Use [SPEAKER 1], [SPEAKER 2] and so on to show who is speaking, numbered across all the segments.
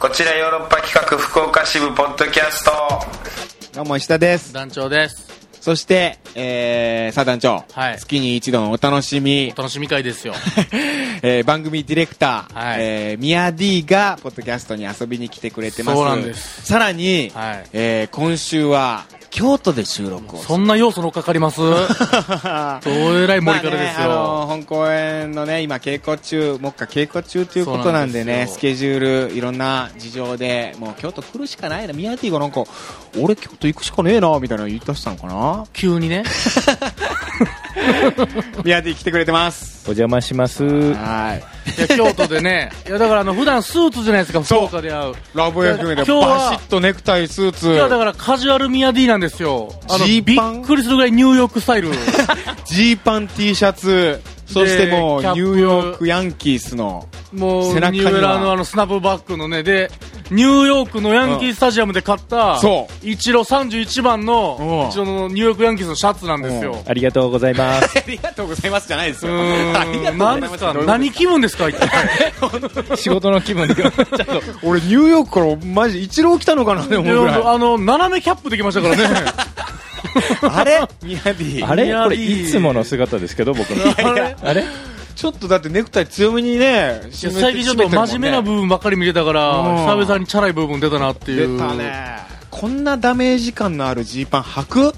[SPEAKER 1] こちらヨーロッパ企画福岡支部ポッドキャスト
[SPEAKER 2] どうも石田です
[SPEAKER 3] 団長です。
[SPEAKER 2] そして、えー、さあ団長、
[SPEAKER 3] はい
[SPEAKER 2] 月に一度のお楽しみ
[SPEAKER 3] お、楽しみ会ですよ。
[SPEAKER 2] えー、番組ディレクター、
[SPEAKER 3] はい
[SPEAKER 2] えー、ミヤ D がポッドキャストに遊びに来てくれてます
[SPEAKER 3] そうなんです
[SPEAKER 2] さらに、
[SPEAKER 3] はい
[SPEAKER 2] えー、今週は京都で収録を
[SPEAKER 3] そんな要素乗っかかり ますどえらい盛り方です
[SPEAKER 2] まあね
[SPEAKER 3] よ。
[SPEAKER 2] あのー本公演のね今稽古中目下稽古中ということなんでね
[SPEAKER 3] そうなんですよ
[SPEAKER 2] スケジュールいろんな事情でもう京都来るしかないな宮ティがなんか俺京都行くしかねえなみたいなの言い出したのかな
[SPEAKER 3] 急にね。
[SPEAKER 2] 宮ティ来てくれてます
[SPEAKER 4] お邪魔します。
[SPEAKER 2] はい
[SPEAKER 3] いや、京都でね。 いや、だからあの、普段スーツじゃないですか、福
[SPEAKER 2] そう
[SPEAKER 3] 岡で会う。
[SPEAKER 2] ラブ f メでバ
[SPEAKER 3] 今日は
[SPEAKER 2] シッとネクタイスーツ
[SPEAKER 3] いや、だからカジュアルミヤ D なんですよ。あの、
[SPEAKER 2] ジ
[SPEAKER 3] び
[SPEAKER 2] ーパン
[SPEAKER 3] っくりするぐらいニューヨークスタイル。
[SPEAKER 2] ジーパン T シャツそしてもうニ
[SPEAKER 3] で
[SPEAKER 2] ュ
[SPEAKER 3] キャップ
[SPEAKER 2] ーヨークヤンキースの
[SPEAKER 3] もう、
[SPEAKER 2] 背中
[SPEAKER 3] ニ
[SPEAKER 2] には
[SPEAKER 3] ューエラーのあの、スナップバックのね、で、ニューヨークのヤンキースタジアムで買った、
[SPEAKER 2] そ
[SPEAKER 3] イチロー31番
[SPEAKER 2] うん
[SPEAKER 3] の、イチローのニューヨークヤンキースのシャツなんですよ。
[SPEAKER 4] ありがとうございます。
[SPEAKER 2] ありがとうございますじゃないです
[SPEAKER 3] う ーん、何ですか何気分ですか一体。
[SPEAKER 4] 仕事の気分で。
[SPEAKER 2] 俺ニューヨークからマジ一郎来たのかなって思うぐらい
[SPEAKER 3] であの、斜めキャップできまし たからね。
[SPEAKER 2] あれミヤディ
[SPEAKER 4] あれ
[SPEAKER 3] いや
[SPEAKER 4] これいつもの姿ですけど、僕の。
[SPEAKER 3] あれ
[SPEAKER 4] あれ
[SPEAKER 2] ちょっとだってネクタイ強めにね締めて
[SPEAKER 3] 最近ちょっと真面目な部分ばっかり見てたから、
[SPEAKER 2] うん
[SPEAKER 3] 久々にチャラい部分出たなっていう。
[SPEAKER 2] 出たねこんなダメージ感のあるジーパン履く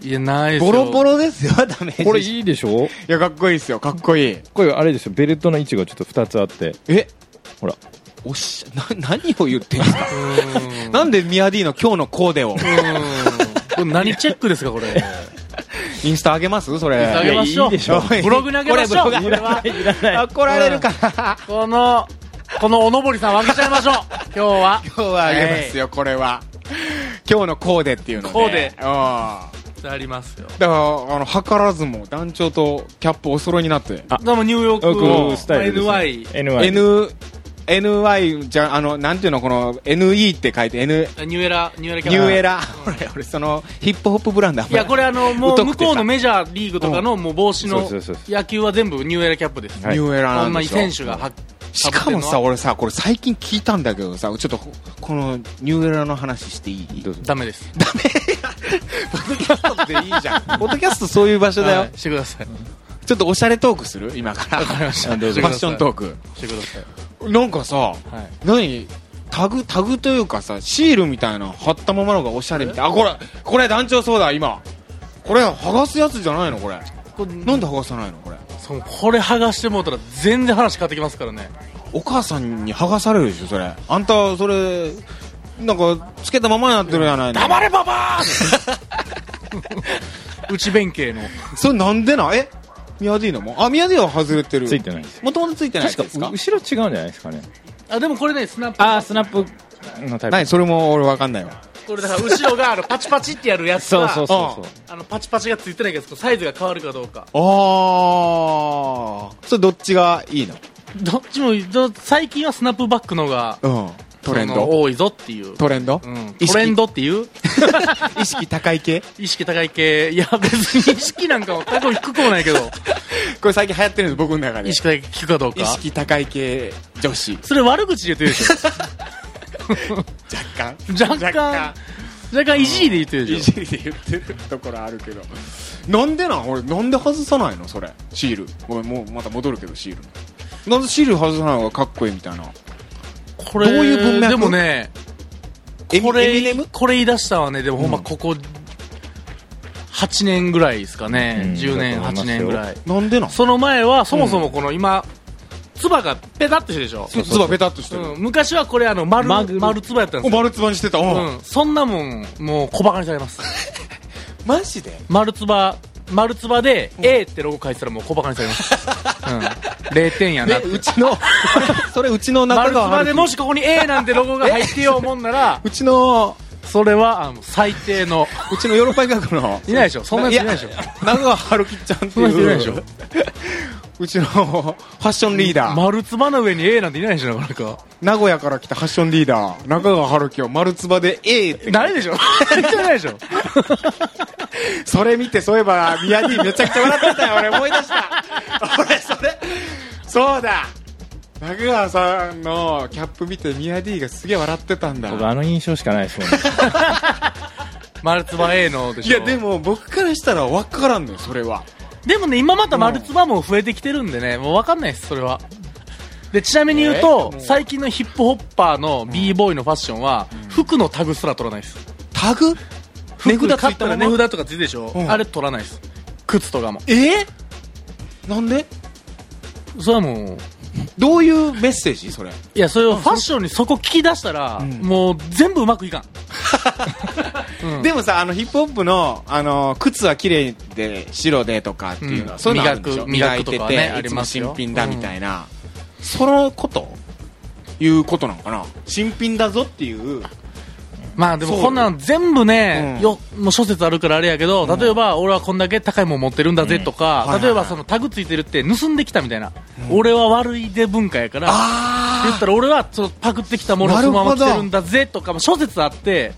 [SPEAKER 3] いや、ないですよ。
[SPEAKER 2] ボロボロですよダメージ
[SPEAKER 4] これいいでしょ
[SPEAKER 2] いやかっこいいですよかっこいい
[SPEAKER 4] これあれですよ、ベルトの位置がちょっと2つあって。
[SPEAKER 2] え
[SPEAKER 4] ほら。
[SPEAKER 2] おっしゃな何を言ってんすかなんでミヤディの今日のコーデを
[SPEAKER 3] うん。これ何チェックですか、これ。
[SPEAKER 2] インスタ上げますそれ
[SPEAKER 3] あげましょう。
[SPEAKER 4] いいでしょ
[SPEAKER 3] ブログにあげまし ょう。
[SPEAKER 2] これブログ
[SPEAKER 3] これは
[SPEAKER 2] 怒られるかな
[SPEAKER 3] この、このおのぼりさんをあげちゃいましょう。今日は。
[SPEAKER 2] 今日はあげますよこれは今日のコーデっていうので
[SPEAKER 3] コーデ
[SPEAKER 2] うん
[SPEAKER 3] ありますよ。
[SPEAKER 2] だから、あの、図らずも団長とキャップお揃いになって。
[SPEAKER 4] あ
[SPEAKER 3] でもニューヨーク
[SPEAKER 4] 僕
[SPEAKER 3] の
[SPEAKER 4] スタイルですね。
[SPEAKER 3] NY。
[SPEAKER 4] NY。
[SPEAKER 2] N、NY じゃ、あの、なんていうの、この、NE って書いて、N、
[SPEAKER 3] ニューエラ、ニューエラキャ
[SPEAKER 2] ニューエラ。 俺、俺、その、ヒップホップブランドあん
[SPEAKER 3] い
[SPEAKER 2] まり
[SPEAKER 3] や、これあの、も
[SPEAKER 2] 疎く
[SPEAKER 3] う向
[SPEAKER 2] てさ
[SPEAKER 3] こうのメジャーリーグとかのもう帽子の
[SPEAKER 4] そうそうそうそ
[SPEAKER 3] 野球は全部ニューエラキャップです。
[SPEAKER 4] はい
[SPEAKER 2] ニューエラ
[SPEAKER 3] こ
[SPEAKER 2] なんん
[SPEAKER 3] な
[SPEAKER 2] で
[SPEAKER 3] に
[SPEAKER 2] しょ
[SPEAKER 3] 選手がは
[SPEAKER 2] しかもさ、
[SPEAKER 3] 被ってんのは
[SPEAKER 2] 俺さ、これ最近聞いたんだけどさ、ちょっと、この、ニューエラの話してい い
[SPEAKER 4] どうぞ。
[SPEAKER 3] ダメです。
[SPEAKER 2] ポッドキャストっていいじゃん。 ポッドキャストそういう場所だよ
[SPEAKER 3] はい。してください。
[SPEAKER 2] ちょっとおしゃれトークする今から。ファッ
[SPEAKER 3] あどうぞ
[SPEAKER 2] ショントーク。
[SPEAKER 3] してください。
[SPEAKER 2] なんかさ、
[SPEAKER 3] はい。
[SPEAKER 2] 何タグタグというかさシールみたいなの貼ったままのがおしゃれみたいあこれこれ団長そうだ今これ剥がすやつじゃないのこれ
[SPEAKER 3] これ
[SPEAKER 2] なんで剥がさないのこれ
[SPEAKER 3] そうこれ剥がしてもうたら全然話変わってきますからね。
[SPEAKER 2] お母さんに剥がされるでしょそれあんたそれなんかつけたままになってるじゃないの
[SPEAKER 3] 黙れば ばーうち弁慶の。
[SPEAKER 2] それなんでなえミヤディのもあミヤディは外れてる
[SPEAKER 4] ついてないです。
[SPEAKER 2] もともとついてないやつですか
[SPEAKER 4] 後ろ違うんじゃないですかね。
[SPEAKER 3] あ、でもこれね、スナップ。
[SPEAKER 4] あー、スナップのタイ
[SPEAKER 2] 何それも俺わかんないわ
[SPEAKER 3] これだから後ろがあのパチパチってやるや
[SPEAKER 4] プ。
[SPEAKER 3] つ
[SPEAKER 4] そう
[SPEAKER 3] は、
[SPEAKER 4] そうそうそう。
[SPEAKER 3] あのパチパチがついてないけど、サイズが変わるかどうか。
[SPEAKER 2] ああそれどっちがいいの
[SPEAKER 3] どっちも、ど最近はスナップバックのが、
[SPEAKER 2] うんトレン
[SPEAKER 3] その
[SPEAKER 2] ド
[SPEAKER 3] 多いぞっていう。
[SPEAKER 2] トレンド、
[SPEAKER 3] うん、
[SPEAKER 2] 意識
[SPEAKER 3] トレンドっていう
[SPEAKER 2] 意識高い系
[SPEAKER 3] 意識高い系。いや、別に意識なんかは高い低くもないけど、
[SPEAKER 2] これ最近流行ってるんです僕の中で
[SPEAKER 3] 意識高い聞くかどうか
[SPEAKER 2] 意。識高い系女子
[SPEAKER 3] それ悪口で言ってるでし
[SPEAKER 2] 若干
[SPEAKER 3] ょ若干、若干いじりで言ってるで
[SPEAKER 2] い
[SPEAKER 3] し
[SPEAKER 2] じりで言ってるところあるけどなんでなん俺なんで外さないのそれシールごめんもうまた戻るけどシールなんでシール外さない方がかっこいいみたいな
[SPEAKER 3] ょ。これ、
[SPEAKER 2] どういう文脈
[SPEAKER 3] でもね、
[SPEAKER 2] エ
[SPEAKER 3] こ
[SPEAKER 2] エミ
[SPEAKER 3] れ
[SPEAKER 2] ネム、
[SPEAKER 3] これ言い出したのはね、でもほんまここ、8年ぐらいですか
[SPEAKER 4] うん
[SPEAKER 3] ね。10年、
[SPEAKER 4] だと思
[SPEAKER 3] 8
[SPEAKER 4] いますよ
[SPEAKER 3] 年ぐらい。
[SPEAKER 2] なんでなん
[SPEAKER 3] その前は、そもそもこの今、つばがペタッとしてるでしょ。
[SPEAKER 2] つばペタっとしてる、
[SPEAKER 3] うん昔はこれあの丸、
[SPEAKER 4] マグ
[SPEAKER 3] 丸つばやったん
[SPEAKER 2] お
[SPEAKER 3] ですよ。
[SPEAKER 2] 丸つばにしてた、うん
[SPEAKER 3] うん、そんなもん、もう小馬鹿にされます。
[SPEAKER 2] マジで
[SPEAKER 3] 丸つば、丸つばで A ってロゴ書いてたらもう小馬鹿にされます。うん。0点やな
[SPEAKER 2] え
[SPEAKER 3] って。
[SPEAKER 2] うちの それうちの中
[SPEAKER 3] 丸つ
[SPEAKER 2] 川
[SPEAKER 3] ば
[SPEAKER 2] 春
[SPEAKER 3] で
[SPEAKER 2] 樹
[SPEAKER 3] もしここに A なんてロゴが入ってようもんなら、
[SPEAKER 2] うちの
[SPEAKER 3] それはあの最低の。
[SPEAKER 2] うちのヨーロッパ医学の
[SPEAKER 3] いないでしょそんなやついないでしょ
[SPEAKER 2] や中川春樹ちゃんって
[SPEAKER 3] そんな人いないいうでしょ
[SPEAKER 2] うちのファッションリーダー
[SPEAKER 3] 丸つばの上に A なんていないでしょなかなか。
[SPEAKER 2] 名古屋から来たファッションリーダー中川春樹を丸つばで A って
[SPEAKER 3] ないでしょいないでしょ
[SPEAKER 2] それ見てそういえば宮 城めちゃくちゃ笑ってたよ俺思い出した俺それそうだ中川さんのキャップ見てミヤ D がすげえ笑ってたんだ
[SPEAKER 4] 僕あの印象しかないですもんね
[SPEAKER 3] 丸ツバ A ので
[SPEAKER 2] い
[SPEAKER 3] しょ
[SPEAKER 2] やでも僕からしたら分からんのよそれは
[SPEAKER 3] でもね今また丸ツバも増えてきてるんでねもう分かんないですそれはでちなみに言うと最近のヒップホッパーの b ボーイのファッションは服のタグすら取らないです
[SPEAKER 2] タグ
[SPEAKER 3] 服
[SPEAKER 2] 値札つ
[SPEAKER 3] 買
[SPEAKER 2] い
[SPEAKER 3] ってた
[SPEAKER 2] る
[SPEAKER 3] ら
[SPEAKER 2] ね
[SPEAKER 3] 値札とかついてるでしょ
[SPEAKER 2] うん
[SPEAKER 3] あれ取らないです靴とかも
[SPEAKER 2] えなんで
[SPEAKER 3] それはもう
[SPEAKER 2] どういうメッセージそれ
[SPEAKER 3] いやそれをファッションにそこ聞き出したらもう全部うまくいかん
[SPEAKER 2] でもさあのヒップホップの、あの靴は綺麗で白でとかっていうのは、
[SPEAKER 3] うん
[SPEAKER 2] そういうのあるんでしょ
[SPEAKER 3] 磨く
[SPEAKER 2] 磨いて
[SPEAKER 3] 磨くとか
[SPEAKER 2] て、
[SPEAKER 3] ねあ
[SPEAKER 2] い
[SPEAKER 3] り
[SPEAKER 2] つも
[SPEAKER 3] ますよ
[SPEAKER 2] 新品だみたいな、そのこということなのかな新品だぞっていう
[SPEAKER 3] まあでも
[SPEAKER 2] そう
[SPEAKER 3] こんなの全部ね、
[SPEAKER 2] うん
[SPEAKER 3] よもう諸説あるからあれやけど、例えば俺はこんだけ高いもん持ってるんだぜとか、
[SPEAKER 2] うんはいはいはい
[SPEAKER 3] 例えばそのタグついてるって盗んできたみたいな、俺は悪いで文化やから言ったら俺はそのパクってきたものを
[SPEAKER 2] な
[SPEAKER 3] そ
[SPEAKER 2] る
[SPEAKER 3] の
[SPEAKER 2] ほ
[SPEAKER 3] ま
[SPEAKER 2] ど
[SPEAKER 3] ま着てるんだぜとか、まあ、諸説あって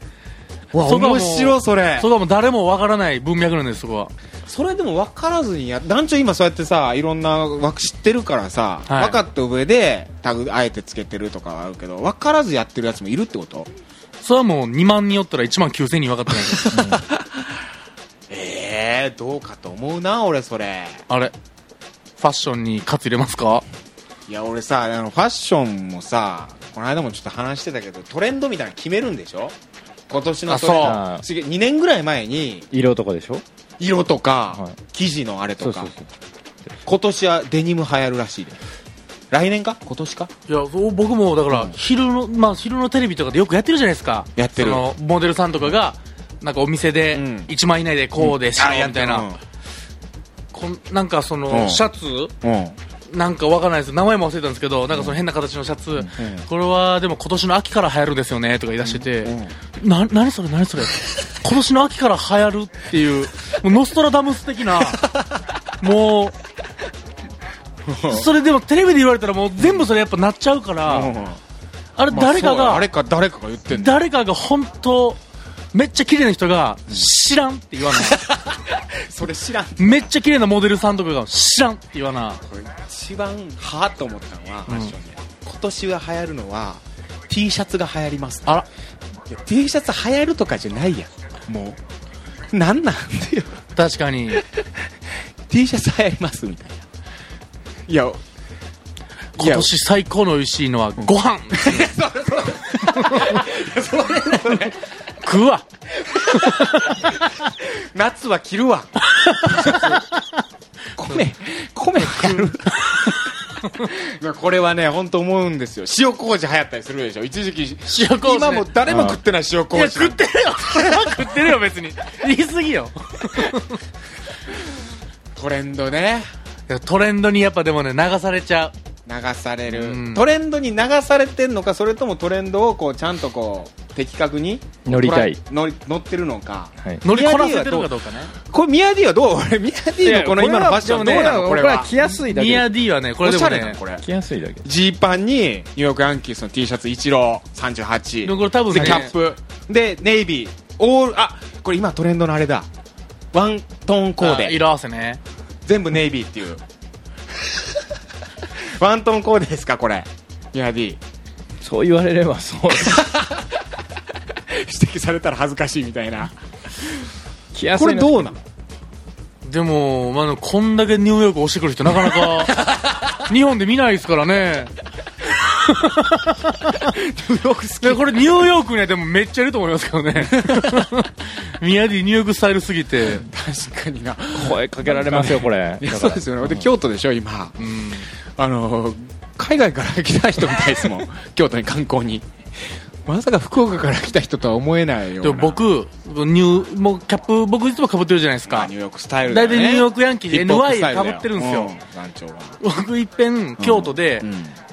[SPEAKER 2] わ
[SPEAKER 3] そこはもう
[SPEAKER 2] 面白いそれ
[SPEAKER 3] そこはもう誰もわからない文脈なんですそこは
[SPEAKER 2] それでも分からずにや団長今そうやってさいろんなわ知ってるからさ、
[SPEAKER 3] はい
[SPEAKER 2] 分かった上でタグあえてつけてるとかはあるけど分からずやってるやつもいるってこと
[SPEAKER 3] それはもう2万人おったら1万9000人分かってないから
[SPEAKER 2] ええどうかと思うな俺それ
[SPEAKER 3] あれファッションに活入れますか
[SPEAKER 2] いや俺さあのファッションもさこの間もちょっと話してたけどトレンドみたいなの決めるんでしょ今年の
[SPEAKER 3] あ
[SPEAKER 2] トレンド
[SPEAKER 4] そう
[SPEAKER 2] すげえ2年ぐらい前に
[SPEAKER 4] 色とかでしょ
[SPEAKER 2] 色とか、
[SPEAKER 4] はい
[SPEAKER 2] 生地のあれ
[SPEAKER 4] そ
[SPEAKER 2] と
[SPEAKER 4] う
[SPEAKER 2] か
[SPEAKER 4] そうそう
[SPEAKER 2] 今年はデニム流行るらしいで来年か今年か
[SPEAKER 3] いやそう僕もだから昼の、まあ、昼のテレビとかでよくやってるじゃないですか
[SPEAKER 2] やってる
[SPEAKER 3] そのモデルさんとかがなんかお店で
[SPEAKER 2] うん
[SPEAKER 3] 1万以内でこうでしょみたいな、
[SPEAKER 2] うん
[SPEAKER 3] こんなんかその、
[SPEAKER 2] うん
[SPEAKER 3] シャツ
[SPEAKER 2] うん
[SPEAKER 3] なんかわからないです名前も忘れたんですけどなんかその変な形のシャツ、これはでも今年の秋から流行るんですよねとか言い出してて、な何それ何それ今年の秋から流行るっていうもうノストラダムス的 なもうそれでもテレビで言われたらもう全部それやっぱなっちゃうから、あれ誰かが、
[SPEAKER 2] 誰か誰かが言ってんだ
[SPEAKER 3] 誰かが本当めっちゃ綺麗な人が知らんって言わな
[SPEAKER 2] それ知らん
[SPEAKER 3] いめっちゃ綺麗なモデルさんとかが知らんって言わな
[SPEAKER 2] 一番はあと思ったのは、ファッションで今年が流行るのは T シャツが流行ります
[SPEAKER 3] あら
[SPEAKER 2] いや T シャツ流行るとかじゃないやんもうなんなんだよ
[SPEAKER 3] 確かに
[SPEAKER 2] T シャツ流行りますみたいないやい
[SPEAKER 3] 今
[SPEAKER 2] や
[SPEAKER 3] 年最高の美味しいのはご 飯食うわ
[SPEAKER 2] 夏は着る わ米米流行る いやこれはね本当思うんですよ塩麹流行ったりするでしょ一時期
[SPEAKER 3] 塩麹
[SPEAKER 2] 今も誰も食ってない塩
[SPEAKER 3] いや
[SPEAKER 2] 麹
[SPEAKER 3] 食ってるよそれは食ってるよ別に言い過ぎよ
[SPEAKER 2] トレンドね
[SPEAKER 3] いやトレンドにやっぱでもね流されちゃう
[SPEAKER 2] 流される、
[SPEAKER 3] うん
[SPEAKER 2] トレンドに流されてんのかそれともトレンドをこうちゃんとこう的確に
[SPEAKER 4] 乗りたい
[SPEAKER 2] 捉え乗り乗ってるのか
[SPEAKER 4] はい
[SPEAKER 3] 乗りこなせてるかどうかね
[SPEAKER 2] これミヤディはどう 俺ミヤディのこの今のファッションどうなのこれは
[SPEAKER 4] 着やすいだ
[SPEAKER 3] ニ
[SPEAKER 4] け
[SPEAKER 3] ア D はねこれ
[SPEAKER 2] お
[SPEAKER 3] で
[SPEAKER 2] し
[SPEAKER 3] も
[SPEAKER 2] ゃれな
[SPEAKER 3] ね
[SPEAKER 2] のこれ
[SPEAKER 4] 着やすいだけ
[SPEAKER 2] ジーパンにニューヨークヤンキースの T シャツ一郎
[SPEAKER 3] で
[SPEAKER 2] 38
[SPEAKER 3] もこれ多分
[SPEAKER 2] で
[SPEAKER 3] ね
[SPEAKER 2] キャップでネイビーオールあこれ今トレンドのあれだワントーンコー
[SPEAKER 3] あ
[SPEAKER 2] デ
[SPEAKER 3] 色合わせね
[SPEAKER 2] 全部ネイビーって いうワントーンコーデですかこれミヤディ
[SPEAKER 4] そう言われれば そう
[SPEAKER 2] 指摘されたら恥ずかしいみたいな
[SPEAKER 4] 着やす
[SPEAKER 2] こ
[SPEAKER 4] い
[SPEAKER 2] れどうなの
[SPEAKER 3] でも、まあ、こんだけニューヨーク押してくる人なかなか 日本で見ないですからねでこれニューヨークにはでもめっちゃいると思いますけ どね宮城ニューヨークスタイルすぎて
[SPEAKER 2] 確かにな
[SPEAKER 4] 声かけられますよこれ
[SPEAKER 2] いやそうですよねで京都でしょ今
[SPEAKER 3] うん
[SPEAKER 2] あの海外から来た人みたいです もん京都に観光にまさか福岡から来た人とは思えないよう
[SPEAKER 3] で
[SPEAKER 2] な
[SPEAKER 3] も僕ニューもうキャップ僕いつも被ってるじゃないです
[SPEAKER 2] まあ
[SPEAKER 3] か
[SPEAKER 2] ニューヨークスタイルだ
[SPEAKER 3] 大
[SPEAKER 2] よ
[SPEAKER 3] 体
[SPEAKER 2] ね
[SPEAKER 3] ニューヨークヤンキー
[SPEAKER 2] ヒ
[SPEAKER 3] で
[SPEAKER 2] ップホップ
[SPEAKER 3] NY
[SPEAKER 2] スタイルだ
[SPEAKER 3] で被ってるんですよ、
[SPEAKER 2] う団長は
[SPEAKER 3] 僕いっぺん京都で、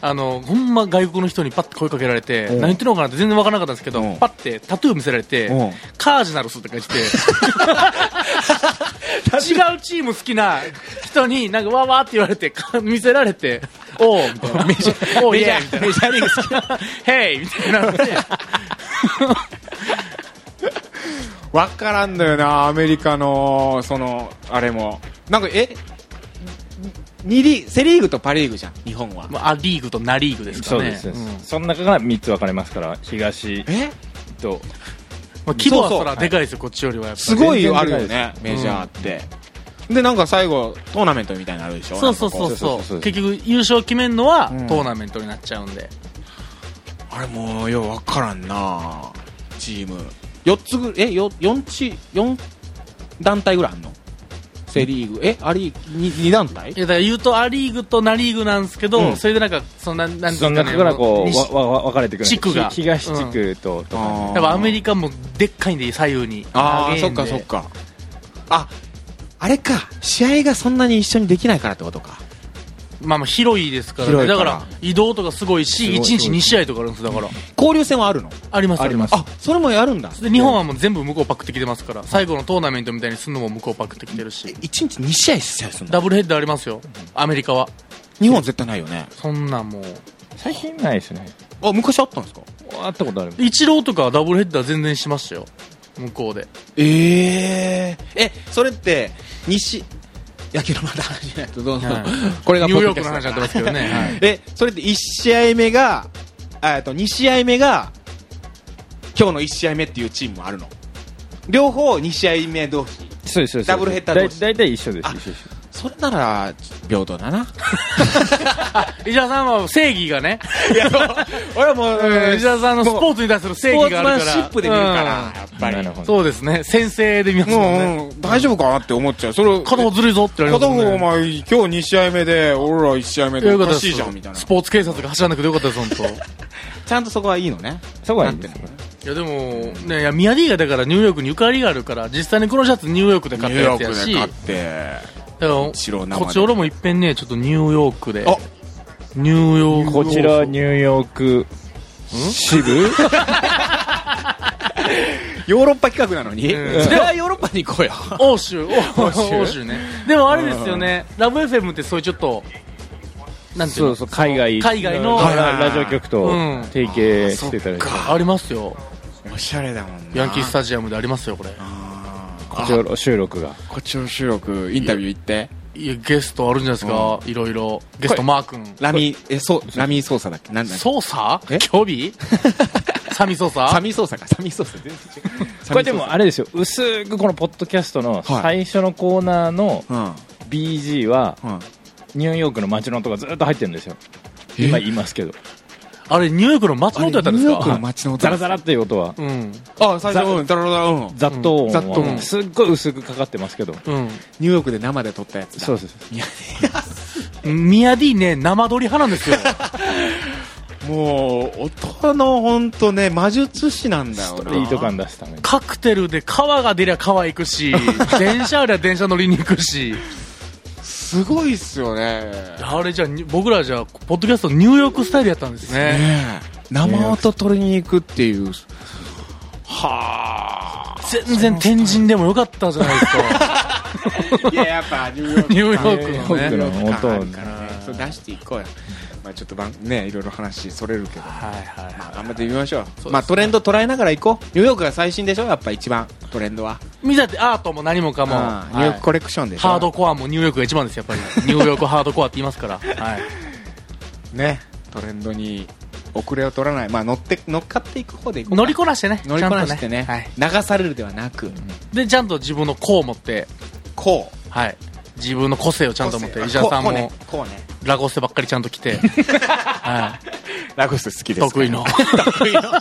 [SPEAKER 3] あのほんま外国の人にパッて声かけられて、
[SPEAKER 2] ん
[SPEAKER 3] 何言ってるのかなって全然わからなかったんですけど、
[SPEAKER 2] うん
[SPEAKER 3] パッてタトゥー見せられて、
[SPEAKER 2] うん
[SPEAKER 3] カージナルスって書い てて違うチーム好きな人になんかわーわーって言われてか見せられておおみたいなメジャーおーイエーイみたいなメジャーリーグ好きな ヘイみたいなので
[SPEAKER 2] 分からんだよなアメリカのそのあれもなんかえ二リーグセ・リーグとパ・リーグじゃん日本は
[SPEAKER 3] まあ、ア・リーグとナ・リーグですか
[SPEAKER 4] そう
[SPEAKER 3] ら
[SPEAKER 4] で
[SPEAKER 3] ね。
[SPEAKER 4] す、ね
[SPEAKER 3] うん
[SPEAKER 4] その中が3つ分かれますから東
[SPEAKER 2] え
[SPEAKER 4] と
[SPEAKER 3] まあ、規模は
[SPEAKER 2] そうそう
[SPEAKER 3] そらでかいですよ、こっちよりはやっぱり。
[SPEAKER 2] すごい
[SPEAKER 4] 全然
[SPEAKER 2] あるよ
[SPEAKER 4] でか
[SPEAKER 2] ねメジャーって、でなんか最後トーナメントみたいになるでしょ
[SPEAKER 3] そうそうそう
[SPEAKER 4] そう
[SPEAKER 3] そ
[SPEAKER 4] そうそうそうう
[SPEAKER 3] 結局優勝決めるのは
[SPEAKER 2] うん
[SPEAKER 3] トーナメントになっちゃうんで、
[SPEAKER 2] あれもうよう分からんなチーム4つぐえよ四チ四団体ぐらいあんのセ・リーグえあり 2, 二団体
[SPEAKER 3] いやだから言うとア・リーグとナ・リーグなんですけど、
[SPEAKER 2] うん
[SPEAKER 3] それでなんかそんななんてい
[SPEAKER 4] そ
[SPEAKER 3] うん
[SPEAKER 4] の
[SPEAKER 3] ですかね
[SPEAKER 4] 中からこ
[SPEAKER 3] も
[SPEAKER 4] う
[SPEAKER 3] 西
[SPEAKER 4] わわ分かれてくるんです
[SPEAKER 3] 地区が
[SPEAKER 4] ひ東地区と、とか
[SPEAKER 2] あー
[SPEAKER 3] やっぱアメリカもでっかいんで左右に
[SPEAKER 2] ああ
[SPEAKER 3] 長
[SPEAKER 2] そ
[SPEAKER 3] い
[SPEAKER 2] っ
[SPEAKER 3] んで
[SPEAKER 2] かそっかああれか試合がそんなに一緒にできないからってことか
[SPEAKER 3] まあまあ広いですから,、ね、
[SPEAKER 2] 広いから
[SPEAKER 3] だから移動とかすごいし
[SPEAKER 4] すごい
[SPEAKER 3] 1日2試合とかあるんですだから
[SPEAKER 2] 交流戦はあるの
[SPEAKER 3] ありますあ
[SPEAKER 4] あ
[SPEAKER 3] り
[SPEAKER 4] り
[SPEAKER 3] ま
[SPEAKER 4] ますす
[SPEAKER 2] あそれもやるんだ
[SPEAKER 3] で日本はもう全部向こうパックってきてますから最後のトーナメントみたいにすんのも向こうパックってきてるし
[SPEAKER 2] 1日2試合出場するんだ
[SPEAKER 3] ダブルヘッダーありますよアメリカは
[SPEAKER 2] 日本は絶対ないよね
[SPEAKER 3] そんなんもう
[SPEAKER 4] 最近ないですね
[SPEAKER 2] あ昔あったんですか
[SPEAKER 4] あったことある
[SPEAKER 3] イチローとかはダブルヘッダー全然しましたよ向こうで
[SPEAKER 2] えええそれって西野球のまだ話じゃないとどうぞ、
[SPEAKER 3] はい
[SPEAKER 2] これが
[SPEAKER 3] ニューヨークの
[SPEAKER 2] ポッドキャス
[SPEAKER 3] 話になって
[SPEAKER 2] ト
[SPEAKER 3] ますけどね、はい
[SPEAKER 2] えそれって1試合目があえっと2試合目が今日の1試合目っていうチームもあるの両方2試合目同士
[SPEAKER 4] そうですそうです
[SPEAKER 2] ダブルヘッダー同士
[SPEAKER 4] だい大体一緒です
[SPEAKER 2] あ
[SPEAKER 4] 一緒一緒
[SPEAKER 2] それなら平等だな
[SPEAKER 3] 石田さんは正義がね、
[SPEAKER 2] 俺はもう
[SPEAKER 3] うん石田さんのスポーツに対する正義がある
[SPEAKER 2] スポーツ
[SPEAKER 3] から
[SPEAKER 2] マンシップで見るから、やっぱり
[SPEAKER 4] なるほ
[SPEAKER 3] うん
[SPEAKER 4] ど
[SPEAKER 3] そうですね先生で見ますもんね
[SPEAKER 2] もう、うん大丈夫かなって思っちゃうそれ
[SPEAKER 3] 片方ずるいぞって言われ
[SPEAKER 2] 片
[SPEAKER 3] ますもん
[SPEAKER 2] 方お前
[SPEAKER 3] ね
[SPEAKER 2] 今日2試合目で俺ら1試合目で
[SPEAKER 3] よ
[SPEAKER 2] お
[SPEAKER 3] かった
[SPEAKER 2] か
[SPEAKER 3] で
[SPEAKER 2] し
[SPEAKER 3] す
[SPEAKER 2] いじゃんみたいな
[SPEAKER 3] スポーツ警察が走らなくてよかったです本
[SPEAKER 2] ちゃんとそこはいいのね
[SPEAKER 4] そこはいいんです
[SPEAKER 2] な
[SPEAKER 4] よ
[SPEAKER 2] って
[SPEAKER 3] 当いやでもねいやミヤディがだからニューヨークにゆかりがあるから実際にこのシャツニューヨークで買ったやつやしだか
[SPEAKER 2] って
[SPEAKER 3] ら
[SPEAKER 2] 白生で
[SPEAKER 3] こっち俺もいっぺんねちょっとニューヨークで
[SPEAKER 2] あ
[SPEAKER 3] ニューヨーク
[SPEAKER 4] こちらニューヨーク支部
[SPEAKER 2] ヨーロッパ企画なのに、
[SPEAKER 3] うん
[SPEAKER 2] それはヨーロッパに行こうよ
[SPEAKER 3] 欧州欧
[SPEAKER 2] 州
[SPEAKER 3] 州ねでもあれですよねラブ f m ってそういうちょっとなんていう
[SPEAKER 4] そ
[SPEAKER 3] の
[SPEAKER 4] うそう海外
[SPEAKER 3] 海外の
[SPEAKER 4] ラ
[SPEAKER 2] はい
[SPEAKER 4] ラジオ局と
[SPEAKER 3] うん
[SPEAKER 4] 提携してたりとか
[SPEAKER 3] ありますよ
[SPEAKER 2] おしゃれだもんな
[SPEAKER 3] ヤンキースタジアムでありますよこれ
[SPEAKER 4] こちら収録が
[SPEAKER 2] こっちの収録インタビュー行って
[SPEAKER 3] いやゲストあるんじゃないですかいろいろゲストマー君
[SPEAKER 2] ラミえそうラミ操作だっけなんだっけ
[SPEAKER 3] 捜査
[SPEAKER 2] え
[SPEAKER 3] 興味サミ捜査
[SPEAKER 2] サミ操作かサミ操作全然違 う
[SPEAKER 4] これでもあれですよ薄くこのポッドキャストの最初のコーナーの
[SPEAKER 2] うん
[SPEAKER 4] BG は
[SPEAKER 2] うん
[SPEAKER 4] ニューヨークの街の音がずっと入ってるんですよ今言いますけど
[SPEAKER 3] あれニューヨークの松本やったん
[SPEAKER 2] あれ
[SPEAKER 3] です
[SPEAKER 2] ニューヨークの
[SPEAKER 3] か
[SPEAKER 2] 街の音
[SPEAKER 4] ザラザラっていう音は
[SPEAKER 3] うん
[SPEAKER 2] あ最初うんザラザラうん
[SPEAKER 4] 雑踏音
[SPEAKER 2] 雑踏音
[SPEAKER 4] はすっごい薄くかかってますけど
[SPEAKER 3] うん
[SPEAKER 2] ニューヨークで生で撮ったやつだ
[SPEAKER 4] そうそうそう
[SPEAKER 3] ミヤディね生撮り派なんですよ
[SPEAKER 2] もう音の本当ね魔術師なんだよない
[SPEAKER 4] いと感出すために
[SPEAKER 3] カクテルで川が出りゃ川行くし電車ありゃ電車乗りに行くし
[SPEAKER 2] すごいっすよね
[SPEAKER 3] あれじゃあに僕らじゃあポッドキャストニューヨークスタイルやったんですね
[SPEAKER 2] ねえ生音取りに行くっていうはあ
[SPEAKER 3] 全然天神でもよかったじゃないです か
[SPEAKER 2] いややっぱニューヨーク
[SPEAKER 3] ニューヨークのね
[SPEAKER 4] ニューヨー
[SPEAKER 2] 音
[SPEAKER 4] クの音を
[SPEAKER 2] あるからねそう出していこうよまあちょっとばんねいろいろ話それるけど
[SPEAKER 3] はいはいはい
[SPEAKER 2] 頑張ってみましょう
[SPEAKER 3] すね
[SPEAKER 2] まあトレンド捉えながら行こうニューヨークが最新でしょやっぱ一番トレンドは
[SPEAKER 3] 見たってアートも何もかも、
[SPEAKER 2] うんニューヨークコレクションでしょ
[SPEAKER 3] ハードコアもニューヨークが一番ですやっぱりニューヨークハードコアって言います から、はい、
[SPEAKER 2] ねトレンドに遅れを取らないまあ乗って乗っかっていく方でいこうか
[SPEAKER 3] 乗りこなしてね
[SPEAKER 2] 乗りこなしてね
[SPEAKER 3] ちゃんとはい、
[SPEAKER 2] 流されるではなく、
[SPEAKER 3] でちゃんと自分の個を持って、
[SPEAKER 2] こう
[SPEAKER 3] はい、自分の個性をちゃんと持って
[SPEAKER 2] こう
[SPEAKER 3] 石田さん
[SPEAKER 2] こうね
[SPEAKER 3] も
[SPEAKER 2] こうね
[SPEAKER 3] ラゴステばっかりちゃんと 来て、はい、
[SPEAKER 2] ラゴス好きです
[SPEAKER 3] 得意の
[SPEAKER 2] 得意 のじゃあ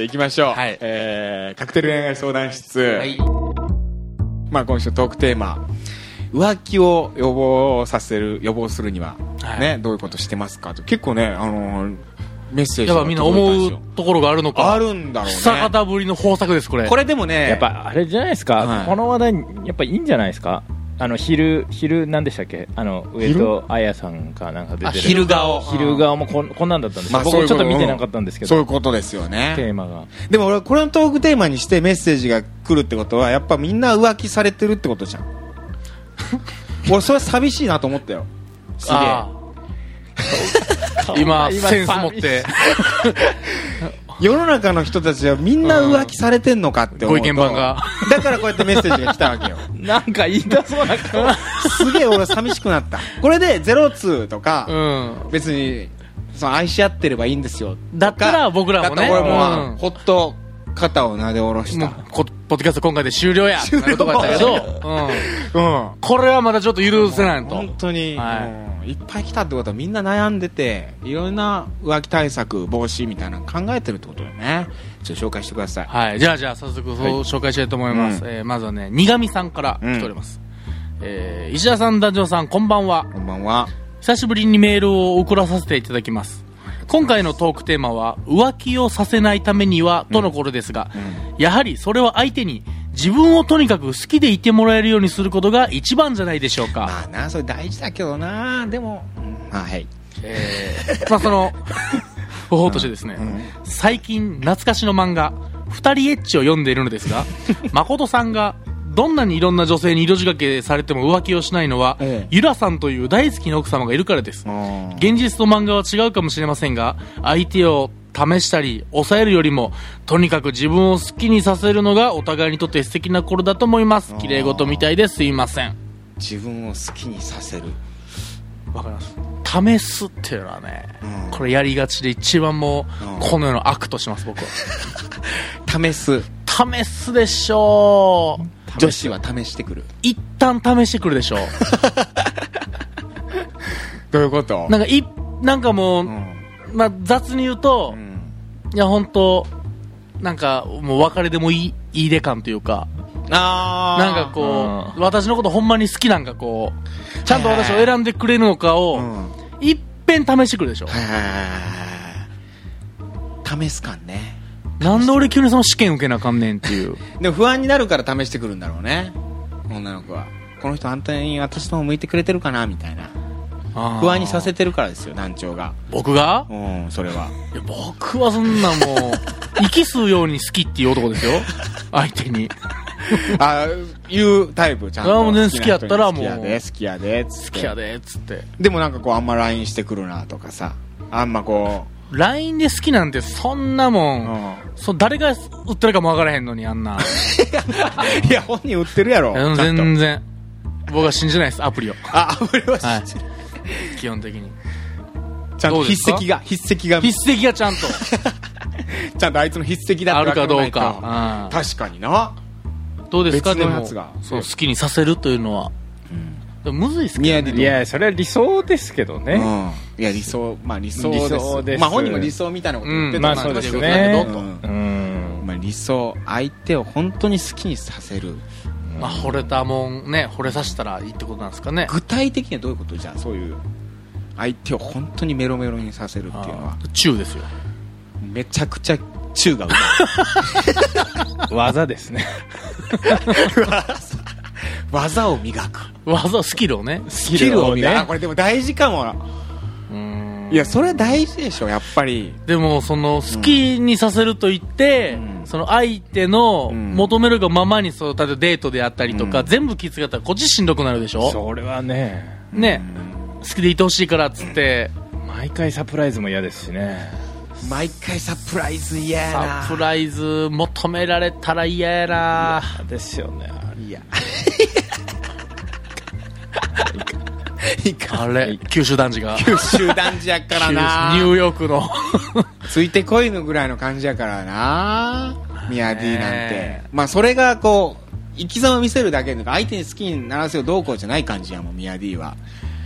[SPEAKER 2] 行きましょう、
[SPEAKER 3] はい
[SPEAKER 2] えーカクテル恋愛相談室、
[SPEAKER 3] はい
[SPEAKER 2] まあ、今週トークテーマ浮気を予防させる予防するには、
[SPEAKER 3] はい
[SPEAKER 2] ね、どういうことしてますかと結構ね、あのーメッセージ
[SPEAKER 3] やっ
[SPEAKER 2] が
[SPEAKER 3] ぱみんな思う
[SPEAKER 2] 届いたんですよ
[SPEAKER 3] ところがあるのか
[SPEAKER 2] あるんだろうね
[SPEAKER 3] 久方ぶりの豊作ですこれ
[SPEAKER 2] これでもね
[SPEAKER 4] やっぱあれじゃないですか、
[SPEAKER 2] はい
[SPEAKER 4] この話題やっぱいいんじゃないですかあの昼昼なんでしたっけあの上戸彩さんかなんか出てる
[SPEAKER 3] あ昼顔
[SPEAKER 4] 昼顔もこんこんなんだったんですよ、
[SPEAKER 2] まあ
[SPEAKER 4] 僕
[SPEAKER 2] そういう
[SPEAKER 4] ち
[SPEAKER 2] こ
[SPEAKER 4] ょっ
[SPEAKER 2] と
[SPEAKER 4] と見てなかったんですけ
[SPEAKER 2] そう
[SPEAKER 4] ど、
[SPEAKER 2] いうことですよね
[SPEAKER 4] テーマが
[SPEAKER 2] でも俺これのトークテーマにしてメッセージが来るってことはやっぱみんな浮気されてるってことじゃ ん俺それ寂しいなと思ったよすげえ
[SPEAKER 3] あー今センス持って
[SPEAKER 2] 世の中の人たちはみんな浮気されてんのかって思うと
[SPEAKER 3] ご意見番が
[SPEAKER 2] だからこうやってメッセージが来たわけよ
[SPEAKER 4] なんか言いたそうな顔
[SPEAKER 2] すげえ俺は寂しくなったこれで「ゼロツーとか、
[SPEAKER 3] うん。
[SPEAKER 2] 別にその愛し合ってればいいんですよ
[SPEAKER 3] だったら僕ら
[SPEAKER 2] だ
[SPEAKER 3] も
[SPEAKER 2] った
[SPEAKER 3] ね。
[SPEAKER 2] ら俺も、
[SPEAKER 3] うん
[SPEAKER 2] ほっと肩をなで下ろし
[SPEAKER 3] も
[SPEAKER 2] た
[SPEAKER 3] うこポッドキャスト今回で終了やってなるとこやったけど、うん、
[SPEAKER 2] うん
[SPEAKER 3] これはまだちょっと許せないと
[SPEAKER 2] 本当に、
[SPEAKER 3] はい
[SPEAKER 2] い、いっぱい来たってことはみんな悩んでていろんな浮気対策防止みたいなの考えてるってことだよねちょっと紹介してください
[SPEAKER 3] はいじゃあじゃあ早速そう紹介したいと思います、
[SPEAKER 2] う
[SPEAKER 3] えーまずはね苦味さんから来ております、えー石田さん団長さんこんばんは
[SPEAKER 2] こんばんは
[SPEAKER 3] 久しぶりにメールを送らさせていただきます今回のトークテーマは浮気をさせないためにはとのことですが、やはりそれは相手に自分をとにかく好きでいてもらえるようにすることが一番じゃないでしょうか
[SPEAKER 2] まあなそれ大事だけどなでも、うん、あはい
[SPEAKER 3] えーまあその 方法としてですね、最近懐かしの漫画「二人エッチ」を読んでいるのです が誠さんがどんなにいろんな女性に色仕掛けされても浮気をしないのは、
[SPEAKER 2] ええ
[SPEAKER 3] ゆらさんという大好きな奥様がいるからです
[SPEAKER 2] うん
[SPEAKER 3] 現実と漫画は違うかもしれませんが相手を試したり抑えるよりもとにかく自分を好きにさせるのがお互いにとって素敵な頃だと思います綺麗事みたいですいません
[SPEAKER 2] 自分を好きにさせる
[SPEAKER 3] わかります試すっていうのはね、
[SPEAKER 2] うん
[SPEAKER 3] これやりがちで一番も
[SPEAKER 2] うん
[SPEAKER 3] うこの世の悪とします僕は
[SPEAKER 2] 試す
[SPEAKER 3] 試すでしょう
[SPEAKER 2] 女子は試してくる
[SPEAKER 3] 一旦試してくるでしょう
[SPEAKER 2] どういう こと
[SPEAKER 3] なんかいなんかもう、
[SPEAKER 2] うん
[SPEAKER 3] まあ、雑に言うと
[SPEAKER 2] う、ん
[SPEAKER 3] いや本当なんかもう別れでもいいいいで感というか
[SPEAKER 2] あー
[SPEAKER 3] なんかこう私のことほんまに好きなんかこうちゃんと私を選んでくれるのかを、
[SPEAKER 2] うんはい
[SPEAKER 3] いっぺん試してくるでしょ
[SPEAKER 2] はいはいはいはい試す感ね
[SPEAKER 3] なんで俺急にその試験受けなあかんねんっていう
[SPEAKER 2] でも不安になるから試してくるんだろうね女の子はこの人本当に私の方向いてくれてるかなみたいな 不安にさせてるからですよ難聴が
[SPEAKER 3] 僕が
[SPEAKER 2] うんそれ はい
[SPEAKER 3] や僕はそんなもう 息吸うように好きっていう男ですよ相手に
[SPEAKER 2] あいうタイプちゃんと
[SPEAKER 3] あもう全然好きやったら
[SPEAKER 2] 好
[SPEAKER 3] もう
[SPEAKER 2] きやで好きやで好
[SPEAKER 3] 好きやでっつって
[SPEAKER 2] でもなんかこうあんま LINE してくるなとかさあんまこ
[SPEAKER 3] LINE で好きなんてそんなも
[SPEAKER 2] う、うん、
[SPEAKER 3] ん、 そ誰が売ってるかも分からへんのにあ んな
[SPEAKER 2] いや本人売ってるやろ
[SPEAKER 3] いや
[SPEAKER 2] ちゃんと
[SPEAKER 3] 全然僕は信じないですアプリを
[SPEAKER 2] ああれは知
[SPEAKER 3] は
[SPEAKER 2] ってる、
[SPEAKER 3] い基本的に
[SPEAKER 2] ちゃん
[SPEAKER 3] ど
[SPEAKER 2] と
[SPEAKER 3] うです
[SPEAKER 2] 筆
[SPEAKER 3] か
[SPEAKER 2] 跡が筆跡が
[SPEAKER 3] 筆跡がちゃ んと
[SPEAKER 2] ちゃんとあいつの筆跡だ
[SPEAKER 3] あ
[SPEAKER 2] って
[SPEAKER 3] るか
[SPEAKER 2] わかん
[SPEAKER 3] ど
[SPEAKER 2] な
[SPEAKER 3] う
[SPEAKER 2] いと
[SPEAKER 3] か、
[SPEAKER 2] 確かにな
[SPEAKER 3] うんどうですか
[SPEAKER 2] 別
[SPEAKER 3] で
[SPEAKER 2] のや
[SPEAKER 3] も
[SPEAKER 2] つが
[SPEAKER 3] そう好きにさせるというのは、でもむずいっすけ
[SPEAKER 2] い
[SPEAKER 3] ど
[SPEAKER 2] や
[SPEAKER 3] ね
[SPEAKER 2] で
[SPEAKER 4] いやそれは理想ですけどね、
[SPEAKER 2] うん、いや理想まあ理想で
[SPEAKER 4] 理
[SPEAKER 2] す
[SPEAKER 4] 想です
[SPEAKER 2] まあ本人も理想みたいなこと言ってた
[SPEAKER 3] うん
[SPEAKER 4] まあ
[SPEAKER 2] な
[SPEAKER 4] そうです
[SPEAKER 2] う
[SPEAKER 4] ね
[SPEAKER 2] ん
[SPEAKER 4] うん、
[SPEAKER 2] まあ、理想相手を本当に好きにさせる
[SPEAKER 3] まあ惚れたもんね惚れさせたらいいってことなんですかね
[SPEAKER 2] 具体的にはどういうことじゃあそういう相手を本当にメロメロにさせるっていうのは
[SPEAKER 3] チューですよ
[SPEAKER 2] めちゃくちゃ中 がうまい
[SPEAKER 4] 技ですね
[SPEAKER 2] 技を磨く
[SPEAKER 3] 技スキルをね
[SPEAKER 2] スキルを磨く、あこれでも大事かもいやそれは大事でしょやっぱり
[SPEAKER 3] でもその好きにさせると言って、
[SPEAKER 2] うん
[SPEAKER 3] その相手の
[SPEAKER 2] うん
[SPEAKER 3] 求めるがままにそう例えばデートであったりとか、
[SPEAKER 2] うん
[SPEAKER 3] 全部気遣ったらこっちしんどくなるでしょ
[SPEAKER 4] それはね
[SPEAKER 3] ね好きでいてほしいからっつって、
[SPEAKER 4] 毎回サプライズも嫌ですしね
[SPEAKER 2] 毎回サプライズ嫌やな
[SPEAKER 3] サプライズ求められたら嫌やな
[SPEAKER 4] ですよねあれ
[SPEAKER 2] いや
[SPEAKER 3] あれ 九州男児が
[SPEAKER 2] 九州男児やからな
[SPEAKER 3] ニューヨークの
[SPEAKER 2] ついてこいのぐらいの感じやからなミヤディなんて
[SPEAKER 3] ね
[SPEAKER 2] まあそれがこう生き様を見せるだけで相手に好きにならせようどうこうじゃない感じやもんミヤディは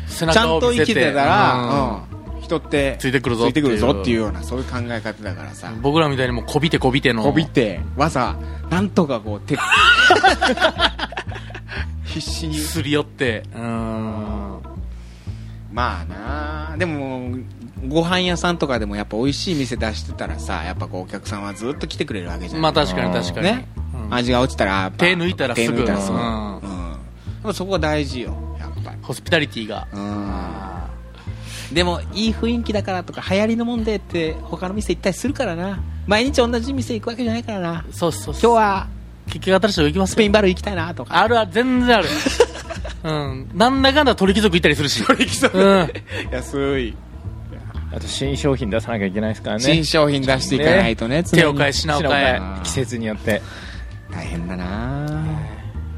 [SPEAKER 3] 背
[SPEAKER 2] ちゃん
[SPEAKER 3] 中を
[SPEAKER 2] と
[SPEAKER 3] 見
[SPEAKER 2] 生
[SPEAKER 3] せ
[SPEAKER 2] き
[SPEAKER 3] て
[SPEAKER 2] てた
[SPEAKER 3] うん
[SPEAKER 2] ら、うん人って
[SPEAKER 3] ついてくるぞっていう
[SPEAKER 2] ぞっていうようなそういう考え方だからさ
[SPEAKER 3] 僕らみたいにもうこびてこびての
[SPEAKER 2] こびてわざなんとかこう手 必死に
[SPEAKER 3] すり寄ってうん
[SPEAKER 2] まあなあでもご飯屋さんとかでもやっぱ美味しい店出してたらさやっぱこうお客さんはずっと来てくれるわけじゃん
[SPEAKER 3] まあ確かに確かに、
[SPEAKER 2] ね
[SPEAKER 3] うん
[SPEAKER 2] 味が落ちたら
[SPEAKER 3] 手抜いたらすぐ
[SPEAKER 2] 手抜いたらすぐ
[SPEAKER 3] う
[SPEAKER 2] うんんでもそこが大事よやっぱり
[SPEAKER 3] ホスピタリティが
[SPEAKER 2] うんでもいい雰囲気だからとか流行りのもんでって他の店行ったりするからな毎日同じ店行くわけじゃないからな
[SPEAKER 3] そうそう
[SPEAKER 2] 今日
[SPEAKER 3] そう
[SPEAKER 2] は
[SPEAKER 3] 結局新しいとこ行きます
[SPEAKER 2] スペインバル行きたいなとか
[SPEAKER 3] あるある全然 あるうんなんだかんだ鳥貴族行ったりするし鳥貴族うん
[SPEAKER 2] 安い
[SPEAKER 4] あと新商品出さなきゃいけないですからね
[SPEAKER 2] 新商品出していかないとね常に
[SPEAKER 3] 手を変え品を変え
[SPEAKER 4] 品を季節によって
[SPEAKER 2] 大変だな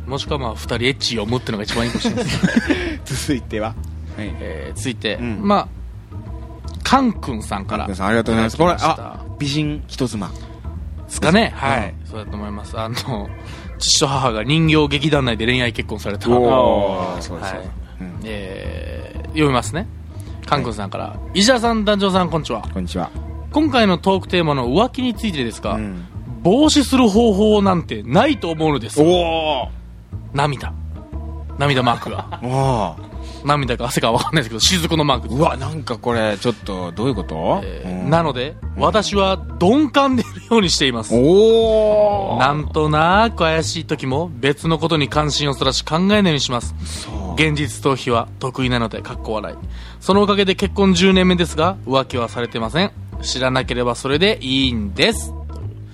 [SPEAKER 3] もしくはまあ2人エッチを思ってのが一番いいかもしれないです、
[SPEAKER 2] 続いてははい
[SPEAKER 3] えー、続いて、
[SPEAKER 2] うん
[SPEAKER 3] まあカン君さんから
[SPEAKER 2] 皆さんありがとうございますこれ
[SPEAKER 3] いただきました
[SPEAKER 2] あ美人人妻
[SPEAKER 3] ですかねはい、
[SPEAKER 2] う
[SPEAKER 3] そうだと思いますあの父と母が人形劇団内で恋愛結婚された
[SPEAKER 2] おーそうです
[SPEAKER 3] は
[SPEAKER 2] ね
[SPEAKER 3] い
[SPEAKER 2] うん
[SPEAKER 3] えー読みますねカン君さんから、石田さん団長さんこんにちは
[SPEAKER 2] こんにちは
[SPEAKER 3] 今回のトークテーマの浮気についてですが、
[SPEAKER 2] うん
[SPEAKER 3] 防止する方法なんてないと思うのです
[SPEAKER 2] おー
[SPEAKER 3] 涙涙マークが
[SPEAKER 2] おー
[SPEAKER 3] 涙か汗かわかんないですけど雫のマーク
[SPEAKER 2] うわなんかこれちょっとどういうこと
[SPEAKER 3] え
[SPEAKER 2] う
[SPEAKER 3] ー
[SPEAKER 2] ん
[SPEAKER 3] なので、私は鈍感でいるようにしています
[SPEAKER 2] おお
[SPEAKER 3] なんとなく怪しい時も別のことに関心をそらし考えないようにします
[SPEAKER 2] そう
[SPEAKER 3] 現実逃避は得意なのでかっこ笑いそのおかげで結婚10年目ですが浮気はされてません知らなければそれでいいんです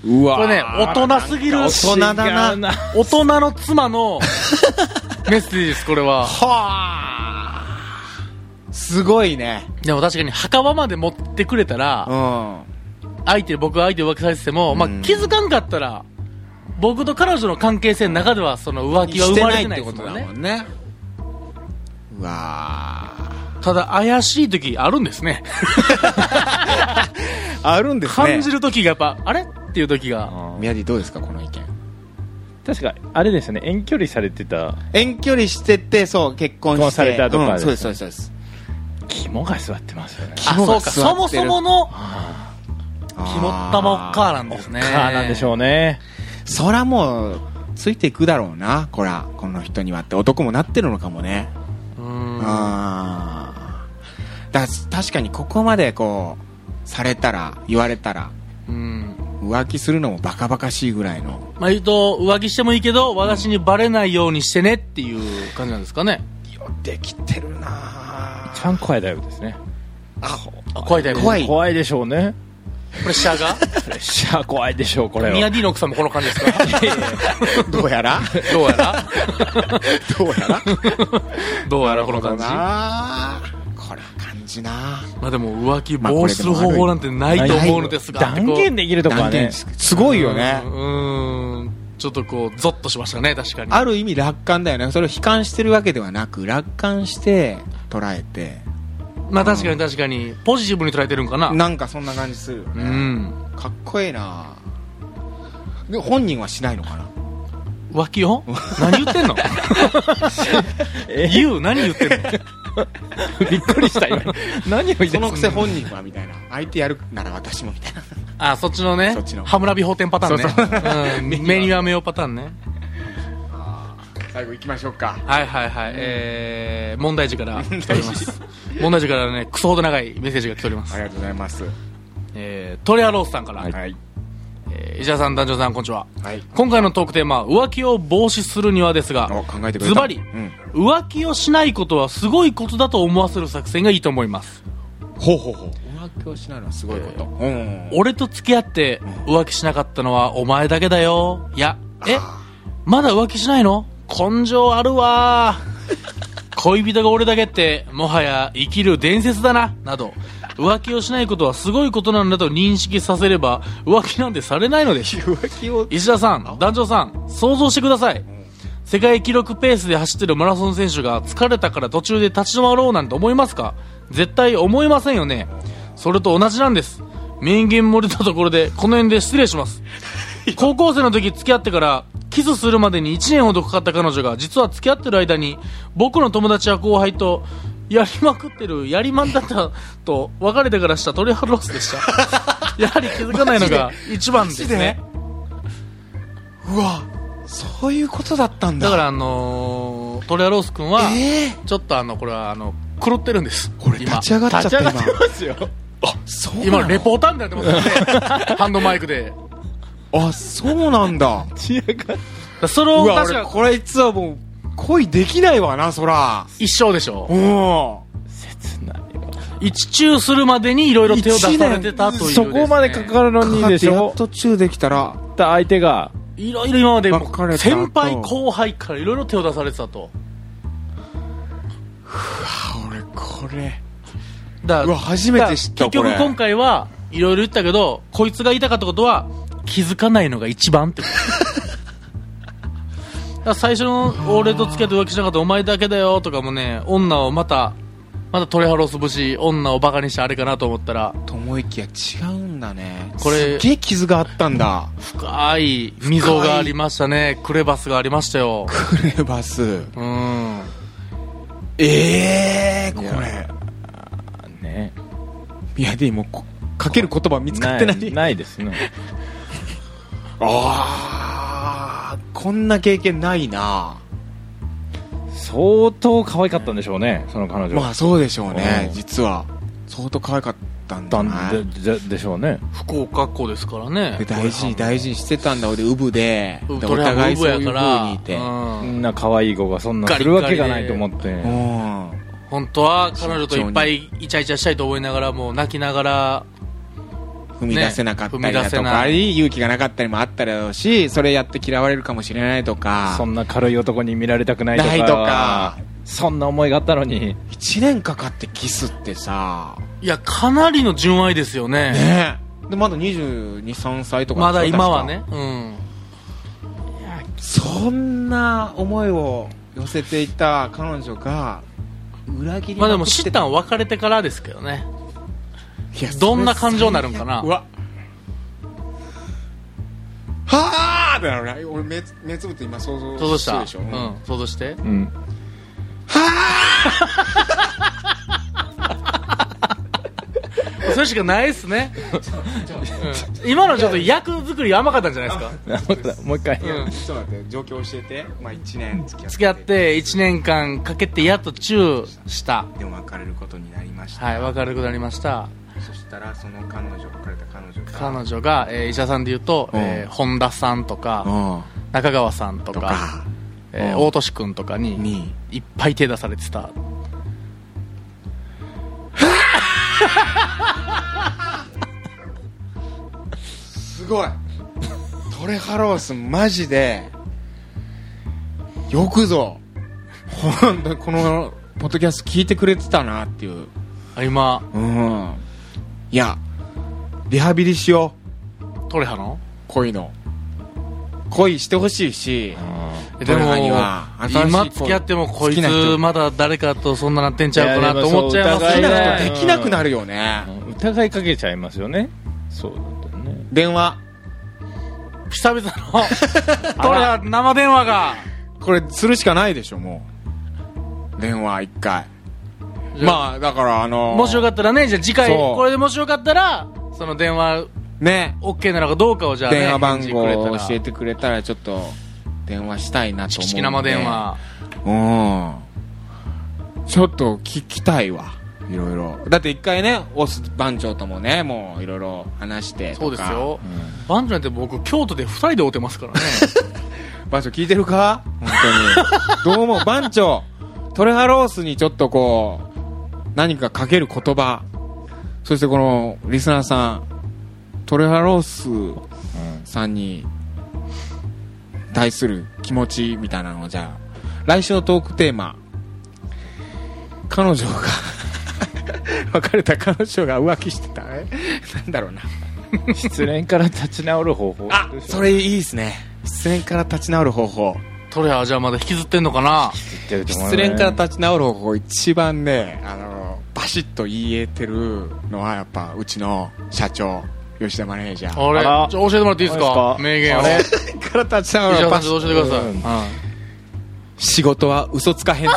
[SPEAKER 2] うわ
[SPEAKER 3] これね大人すぎる
[SPEAKER 2] 大人だな
[SPEAKER 4] 違うな
[SPEAKER 3] 大人の妻のメッセージですこれは
[SPEAKER 2] はあすごいね
[SPEAKER 3] でも確かに墓場まで持ってくれたら、
[SPEAKER 2] うん
[SPEAKER 3] 相手僕が相手を浮気されてても、まあ
[SPEAKER 2] うん、
[SPEAKER 3] 気づかんかったら僕と彼女の関係性の中ではその浮気は生まれてな
[SPEAKER 2] してないって
[SPEAKER 3] いで
[SPEAKER 2] こ
[SPEAKER 3] す
[SPEAKER 2] と
[SPEAKER 3] もん
[SPEAKER 2] だも
[SPEAKER 3] ね
[SPEAKER 2] んねうわ
[SPEAKER 3] ただ怪しい時あるんですね
[SPEAKER 2] ーあるんですね
[SPEAKER 3] 感じる時がやっぱあれっていう時が
[SPEAKER 2] 宮地どうですかこの意見
[SPEAKER 4] 確かあれですよね遠距離されてた
[SPEAKER 2] 遠距離しててそう結婚して
[SPEAKER 4] 結婚されたとか
[SPEAKER 2] うん
[SPEAKER 4] です
[SPEAKER 2] そうで
[SPEAKER 4] ね
[SPEAKER 2] すそうですそうです
[SPEAKER 4] 肝が座ってますよね
[SPEAKER 3] あそうか
[SPEAKER 2] 肝が
[SPEAKER 3] そ
[SPEAKER 2] 座
[SPEAKER 3] も
[SPEAKER 2] ってる
[SPEAKER 3] そもの
[SPEAKER 2] あー
[SPEAKER 3] 肝っ玉おっかーなんですね
[SPEAKER 4] かなんでしょうね
[SPEAKER 2] そらもうついていくだろうなこらこの人にはって男もなってるのかもね
[SPEAKER 3] うーん
[SPEAKER 2] あーだ確かにここまでこうされたら言われたら
[SPEAKER 3] うん
[SPEAKER 2] 浮気するのもバカバカしいぐらいの
[SPEAKER 3] まあ言うと浮気してもいいけど私にバレないようにしてねっていう感じなんですかね
[SPEAKER 2] できてるな
[SPEAKER 4] 一番怖いタイプですね
[SPEAKER 2] あ
[SPEAKER 3] あ怖いタイプ
[SPEAKER 2] 怖い
[SPEAKER 4] 怖いでしょうね
[SPEAKER 3] プレッシャーが
[SPEAKER 4] プレッシャー怖いでしょうこれ
[SPEAKER 3] ミヤ
[SPEAKER 4] は
[SPEAKER 3] ディの奥さんもこの感じですか
[SPEAKER 2] どうや ら
[SPEAKER 3] どうやら
[SPEAKER 2] どうやら
[SPEAKER 3] どうやらこの感じま
[SPEAKER 2] なこれ感じ な
[SPEAKER 3] あでも浮気防止する方法なんてないと思うのですが
[SPEAKER 4] 断言
[SPEAKER 3] で
[SPEAKER 4] できるとこは
[SPEAKER 2] 断
[SPEAKER 4] ね
[SPEAKER 2] 言すすごいよね
[SPEAKER 3] うーんちょっとこうゾッとしましたね確かに
[SPEAKER 2] ある意味楽観だよねそれを悲観してるわけではなく楽観して捉えて
[SPEAKER 3] まあ確かに確かにポジティブに捉えてるんかな
[SPEAKER 2] なんかそんな感じするよ
[SPEAKER 3] う
[SPEAKER 2] ね
[SPEAKER 3] ん
[SPEAKER 2] かっこいいなで本人はしないのかな
[SPEAKER 3] 浮気を 何言って んの
[SPEAKER 4] え
[SPEAKER 3] 言う何言ってん の
[SPEAKER 4] びっくりした今何を言って
[SPEAKER 2] そ
[SPEAKER 4] んの
[SPEAKER 2] のくせ本人はみたいな相手やるなら私もみたいな
[SPEAKER 3] あそっちのね
[SPEAKER 2] そっちの
[SPEAKER 3] ハムラビ法典パターンね
[SPEAKER 2] そうそう
[SPEAKER 3] うん目には目をパターンね
[SPEAKER 2] 最後行きましょうか
[SPEAKER 3] はいはいはい、えー、問題児か ら来ております問題児からねクソほど長いメッセージが来ておりま
[SPEAKER 2] あ
[SPEAKER 3] す、
[SPEAKER 2] りがとうございます
[SPEAKER 3] えー、トレアロースさんから、
[SPEAKER 2] はい
[SPEAKER 3] えー石田さん団長さんこんにちは
[SPEAKER 2] はい
[SPEAKER 3] 今回のトークテーマ浮気を防止するにはですが
[SPEAKER 2] お考えてくれた
[SPEAKER 3] ズバリ
[SPEAKER 2] うん
[SPEAKER 3] 浮気をしないことはすごいことだと思わせる作戦がいいと思います
[SPEAKER 2] ほうほうほう浮気をしないのはすごいこと、うん
[SPEAKER 3] 俺と付き合って浮気しなかったのはお前だけだよいやえまだ浮気しないの根性あ るわ恋人が俺だけってもはや生きる伝説だななど浮気をしないことはすごいことなんだと認識させれば浮気なんてされないのです
[SPEAKER 2] 浮気を
[SPEAKER 3] 石田さん団長さん想像してください世界記録ペースで走ってるマラソン選手が疲れたから途中で立ち止まろうなんて思いますか絶対思いませんよねそれと同じなんです名言漏れたところでこの辺で失礼します 高校生の時付き合ってからキスするまでに1年ほどかかった彼女が実は付き合ってる間に僕の友達や後輩とやりまくってるやりまんだったと別れてからしたトレハロースでした やはり気づかないのが一番ですね
[SPEAKER 2] うわそういうことだったんだ
[SPEAKER 3] だからあのー、トレアロース君は、
[SPEAKER 2] ええ
[SPEAKER 3] ちょっとあのこれはあの狂ってるんです
[SPEAKER 2] 俺立ち上がっちゃった今
[SPEAKER 3] 立ち上がってますよ
[SPEAKER 2] そうなの
[SPEAKER 3] 今レポーターみたいになってますよねハンドマイクでだか
[SPEAKER 2] あそうなんだ
[SPEAKER 3] らそうれを
[SPEAKER 2] わ
[SPEAKER 3] 確
[SPEAKER 2] 俺
[SPEAKER 3] か
[SPEAKER 2] これ実はもう恋できないわなそら
[SPEAKER 3] 一生でしょ
[SPEAKER 2] うん
[SPEAKER 4] 切ないわ
[SPEAKER 3] 一中するまでにいろいろ手を出されてたというです
[SPEAKER 4] そ
[SPEAKER 3] ね
[SPEAKER 4] こまでかかるのにでし
[SPEAKER 2] や
[SPEAKER 4] ょ
[SPEAKER 2] っと中できたら
[SPEAKER 4] った相手が
[SPEAKER 3] いろいろ今まで
[SPEAKER 2] 別
[SPEAKER 3] も
[SPEAKER 2] れた後
[SPEAKER 3] 先輩後輩からいろいろ手を出されてたと
[SPEAKER 2] 俺これ
[SPEAKER 3] だ
[SPEAKER 5] うわ初めて知った
[SPEAKER 3] だから結
[SPEAKER 5] これ
[SPEAKER 3] 局今回はいろいろ言ったけどこいつが言いたかったことは気づかないのが一番ってことだから最初の俺と付き合って浮気しなかったお前だけだよとかもね女をまたまた取り払うすぶし女をバカにしてあれかなと思ったら
[SPEAKER 5] と思いきや違うんだね
[SPEAKER 3] これ
[SPEAKER 5] すっげえ傷があったんだ
[SPEAKER 3] 深い溝がありましたねクレバスがありましたよ
[SPEAKER 5] クレバス
[SPEAKER 3] うん
[SPEAKER 5] ええー、これ
[SPEAKER 4] ね
[SPEAKER 5] いやでもこかける言葉見つかってない
[SPEAKER 4] ないですね
[SPEAKER 5] ああこんな経験ないな
[SPEAKER 4] 相当可愛かったんでしょうねその彼女
[SPEAKER 5] まあそうでしょうね
[SPEAKER 4] うん
[SPEAKER 5] 実は相当可愛かったん
[SPEAKER 4] だ
[SPEAKER 5] だ
[SPEAKER 4] ん
[SPEAKER 5] な
[SPEAKER 4] でででしょうね
[SPEAKER 3] 福岡っ子ですからね
[SPEAKER 5] で大事に大事にしてたんだ俺ウブで
[SPEAKER 3] うん
[SPEAKER 5] で
[SPEAKER 3] ト
[SPEAKER 5] お
[SPEAKER 3] レハ
[SPEAKER 5] 互
[SPEAKER 3] ブ
[SPEAKER 5] い
[SPEAKER 3] ウ
[SPEAKER 5] そう
[SPEAKER 3] ブ
[SPEAKER 5] いう
[SPEAKER 3] や
[SPEAKER 5] 風
[SPEAKER 3] から
[SPEAKER 5] にいて
[SPEAKER 4] こ
[SPEAKER 3] うん
[SPEAKER 4] んな可愛い子がそんなするわけがないと思って
[SPEAKER 5] うん
[SPEAKER 3] 本当は彼女といっぱいイチャイチャしたいと思いながらも泣きながら
[SPEAKER 5] 踏み出せなかったりだと
[SPEAKER 3] ね踏み出せ
[SPEAKER 5] か、
[SPEAKER 3] ない
[SPEAKER 5] 勇気がなかったりもあっただろうしそれやって嫌われるかもしれないとか
[SPEAKER 4] そんな軽い男に見られたくないとか
[SPEAKER 5] ないとか
[SPEAKER 4] そんな思いがあったのに
[SPEAKER 5] 1年かかってキスってさ
[SPEAKER 3] いやかなりの純愛ですよね
[SPEAKER 5] ねえでまだ223歳とか
[SPEAKER 3] まだ
[SPEAKER 5] でしょ
[SPEAKER 3] 今はねうん
[SPEAKER 5] そんな思いを寄せていた彼女が裏切り
[SPEAKER 3] まあでも
[SPEAKER 5] く
[SPEAKER 3] 知
[SPEAKER 5] て
[SPEAKER 3] ったん別れてからですけどね
[SPEAKER 5] いや
[SPEAKER 3] どんな感情になるんかな
[SPEAKER 5] うわはあだから俺目つ目つぶって今想像
[SPEAKER 3] 想像し
[SPEAKER 5] る
[SPEAKER 3] た
[SPEAKER 5] でしょ、
[SPEAKER 3] うん
[SPEAKER 5] は
[SPEAKER 3] 想像して
[SPEAKER 4] うん
[SPEAKER 3] それしかないっすね うん今のちょっと役作り甘かったんじゃないですか
[SPEAKER 4] もう一回、
[SPEAKER 3] うん
[SPEAKER 5] ちょっと待って状況教えて、まあ、1年付き合って
[SPEAKER 3] 付き合って1年間かけてやっとチューした
[SPEAKER 5] でも別れることになりました、
[SPEAKER 3] はい別れることになりました
[SPEAKER 5] そしたらその彼女別れた彼女が
[SPEAKER 3] 彼女が、えー医者さんで言うと、えー本田さんとか中川さんと
[SPEAKER 5] と
[SPEAKER 3] か、
[SPEAKER 5] か
[SPEAKER 3] えー
[SPEAKER 5] うん
[SPEAKER 3] 大俊君とかに
[SPEAKER 5] に
[SPEAKER 3] いっぱい手出されてた
[SPEAKER 5] すごいトレハロースマジでよくぞほんとこのポッドキャスト聞いてくれてたなっていう
[SPEAKER 3] あ今
[SPEAKER 5] うんいやリハビリしよ
[SPEAKER 3] トレハの
[SPEAKER 5] う恋の恋してほしいし
[SPEAKER 3] え
[SPEAKER 5] ト
[SPEAKER 3] で
[SPEAKER 5] レ
[SPEAKER 3] も
[SPEAKER 5] ハには新しい
[SPEAKER 3] 今付き合ってもこい
[SPEAKER 5] 好きな人
[SPEAKER 3] つまだ誰かとそんななってんちゃうか
[SPEAKER 4] い
[SPEAKER 3] な
[SPEAKER 4] やで
[SPEAKER 3] と
[SPEAKER 4] もそう
[SPEAKER 3] 思っちゃいま
[SPEAKER 5] 好
[SPEAKER 3] す
[SPEAKER 4] 疑
[SPEAKER 5] き
[SPEAKER 4] い
[SPEAKER 5] な
[SPEAKER 4] が
[SPEAKER 5] 人できなくなるよね
[SPEAKER 4] 疑いかけちゃいますよねそうだったよね
[SPEAKER 5] 電話
[SPEAKER 3] 久々の トレハ生電話が
[SPEAKER 5] これするしかないでしょもう電話一回まあだからあのー
[SPEAKER 3] もしよかったらねじゃあ次回
[SPEAKER 5] そう
[SPEAKER 3] これでもしよかったらその電話
[SPEAKER 5] ね
[SPEAKER 3] OK なのかどうかをじゃあ、ね、
[SPEAKER 5] 電話番号
[SPEAKER 3] 返事く
[SPEAKER 5] を
[SPEAKER 3] れたら
[SPEAKER 5] 教えてくれたらちょっと電話したいなと
[SPEAKER 3] チ
[SPEAKER 5] 思
[SPEAKER 3] キ
[SPEAKER 5] うん
[SPEAKER 3] チ
[SPEAKER 5] で
[SPEAKER 3] キ生電話
[SPEAKER 5] うんちょっと聞きたいわいろいろだって一回ねオス番長ともねもういろいろ話してとか
[SPEAKER 3] そうですよ、番長なんて僕京都で2人で会うてます からね
[SPEAKER 5] 番長聞いてるか本当にどうも番長トレハロースにちょっとこう何かかける言葉そしてこのリスナーさんトレハロースさんに対する気持ちみたいなのをじゃあ来週のトークテーマ彼女が 別れた彼女が浮気してたえなんだろうな
[SPEAKER 4] 失恋から立ち直る方法
[SPEAKER 5] あ
[SPEAKER 4] でしょ
[SPEAKER 5] それいいですね失恋から立ち直る方法
[SPEAKER 3] トレハじゃあまだ引きずってんのかな
[SPEAKER 4] 言ってると思う
[SPEAKER 5] 失
[SPEAKER 4] ね
[SPEAKER 5] 恋から立ち直る方法一番ねあのバシッと言えてるのはやっぱうちの社長吉田マネージャー
[SPEAKER 3] あれ
[SPEAKER 4] あら
[SPEAKER 3] ちょ教えてもらっていいですか
[SPEAKER 4] そうですか
[SPEAKER 3] 名言を
[SPEAKER 4] あれ
[SPEAKER 3] 石
[SPEAKER 5] から立ち直る
[SPEAKER 3] 原さん
[SPEAKER 5] はバ
[SPEAKER 3] ち
[SPEAKER 5] シッ
[SPEAKER 3] ょっと教えてください、
[SPEAKER 4] うん
[SPEAKER 3] はい
[SPEAKER 5] 仕事は嘘つかへんで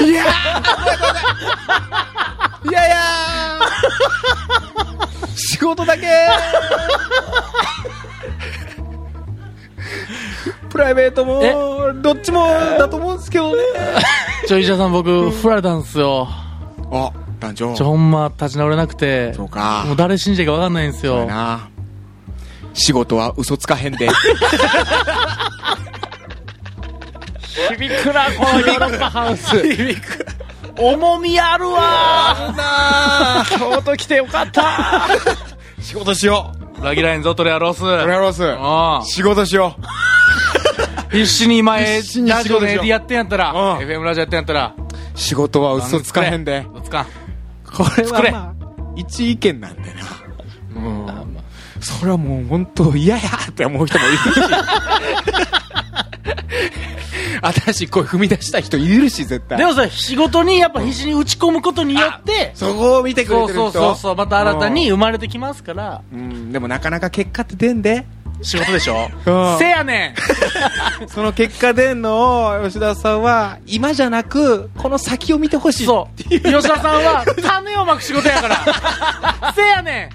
[SPEAKER 5] いやーいやいやー仕事だけプライベートもどっちもだと思うんですけどね
[SPEAKER 3] ちょ石田さん僕振られたんですよ
[SPEAKER 5] あ団長
[SPEAKER 3] ちょほんま立ち直れなくて
[SPEAKER 5] そうか
[SPEAKER 3] もう誰信じていいか分かんないんです
[SPEAKER 5] そうや
[SPEAKER 3] よ
[SPEAKER 5] な仕事は嘘つかへんで
[SPEAKER 4] 響くなこのヨーロッパハウス
[SPEAKER 3] 重みあるわ
[SPEAKER 5] な
[SPEAKER 4] 京都来てよかった
[SPEAKER 5] 仕事しよう
[SPEAKER 3] ー裏切らへんぞトレハロース
[SPEAKER 5] トレハロー
[SPEAKER 3] ああ
[SPEAKER 5] ス仕事しよう
[SPEAKER 3] 必死に前、ラ
[SPEAKER 5] 必死に仕
[SPEAKER 3] ジオ
[SPEAKER 5] 事しよう
[SPEAKER 3] でやってんやったら、
[SPEAKER 5] うん
[SPEAKER 3] FM ラジオやってんやったら、
[SPEAKER 5] 仕事は嘘つかへんで。
[SPEAKER 3] 嘘つかん。
[SPEAKER 5] これ
[SPEAKER 3] 作れ
[SPEAKER 5] はまあ、一意見なんでな。
[SPEAKER 6] あまあ
[SPEAKER 5] それはもう本当嫌やって思う人 もいるし。新しい声踏み出した人いるし、絶対。
[SPEAKER 3] でもさ、仕事にやっぱ必死に打ち込むことによって、
[SPEAKER 5] そこを見てく
[SPEAKER 3] そ
[SPEAKER 5] れ
[SPEAKER 3] う
[SPEAKER 5] てる人
[SPEAKER 3] そうそうそう、また新たに生まれてきますから、
[SPEAKER 5] うん。うんでもなかなか結果って出んで。
[SPEAKER 3] 仕事でしょ
[SPEAKER 5] うん
[SPEAKER 3] せやねん
[SPEAKER 5] その結果出んのを吉田さんは今じゃなくこの先を見てほ しい
[SPEAKER 3] そう。吉田さんは、種をまく仕事や から。せやね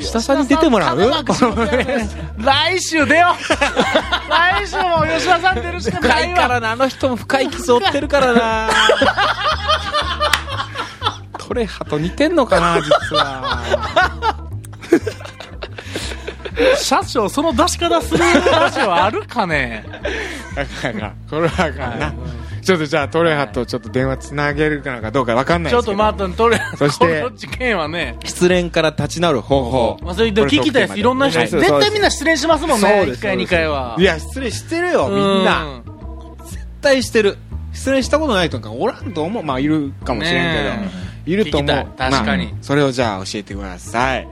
[SPEAKER 3] ん
[SPEAKER 5] 吉田さんに出てもらう
[SPEAKER 3] 種まく仕事やねん来週出よ う来週も吉田さん出るしかな
[SPEAKER 5] 深
[SPEAKER 3] い
[SPEAKER 5] いから
[SPEAKER 3] わ。
[SPEAKER 5] なあの人も深い傷負ってるからなトレハと似てんのかな実は
[SPEAKER 3] 社長、その出し方するラジオあるか ね
[SPEAKER 5] これはあかんなちょっとじゃあトレハとちょっと電話つなげるかどうかわかんない
[SPEAKER 3] ち
[SPEAKER 5] で
[SPEAKER 3] ょ
[SPEAKER 5] す
[SPEAKER 3] っと
[SPEAKER 5] けど
[SPEAKER 3] マートン、とりあえず、
[SPEAKER 5] そし
[SPEAKER 3] こ
[SPEAKER 5] て
[SPEAKER 3] の事件はね、
[SPEAKER 5] 失恋から立ち直る方法
[SPEAKER 3] まあ、それでも聞きたいです。いろんな人、
[SPEAKER 5] はいそう
[SPEAKER 3] 絶
[SPEAKER 5] です
[SPEAKER 3] 対みんな失恋しますもん
[SPEAKER 5] そう
[SPEAKER 3] ね。
[SPEAKER 5] です。
[SPEAKER 3] 一回、二回はい
[SPEAKER 5] や失恋してるよ
[SPEAKER 3] う
[SPEAKER 5] み
[SPEAKER 3] ん
[SPEAKER 5] んな絶対してる失恋したことないとかおらんと思うまあいるかもしれんけ
[SPEAKER 3] ね
[SPEAKER 5] どいると思
[SPEAKER 3] 聞
[SPEAKER 5] う
[SPEAKER 3] きたい確かに
[SPEAKER 5] まあそれをじゃあ教えてください、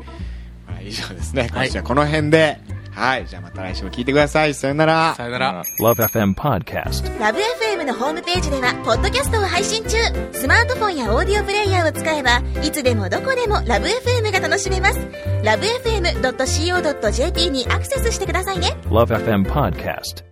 [SPEAKER 5] まあ、以上ですね
[SPEAKER 3] はい
[SPEAKER 5] 今週はこの辺ではいじゃあまた来週も聞いてくださいさよなら
[SPEAKER 3] さよなら。
[SPEAKER 4] Love FM Podcast.
[SPEAKER 7] ラブ f m のホームページではポッドキャストを配信中スマートフォンやオーディオプレイヤーを使えばいつでもどこでもラブ f m が楽しめますラブ FM.co.jp にアクセスしてくださいね
[SPEAKER 4] Love FM Podcast.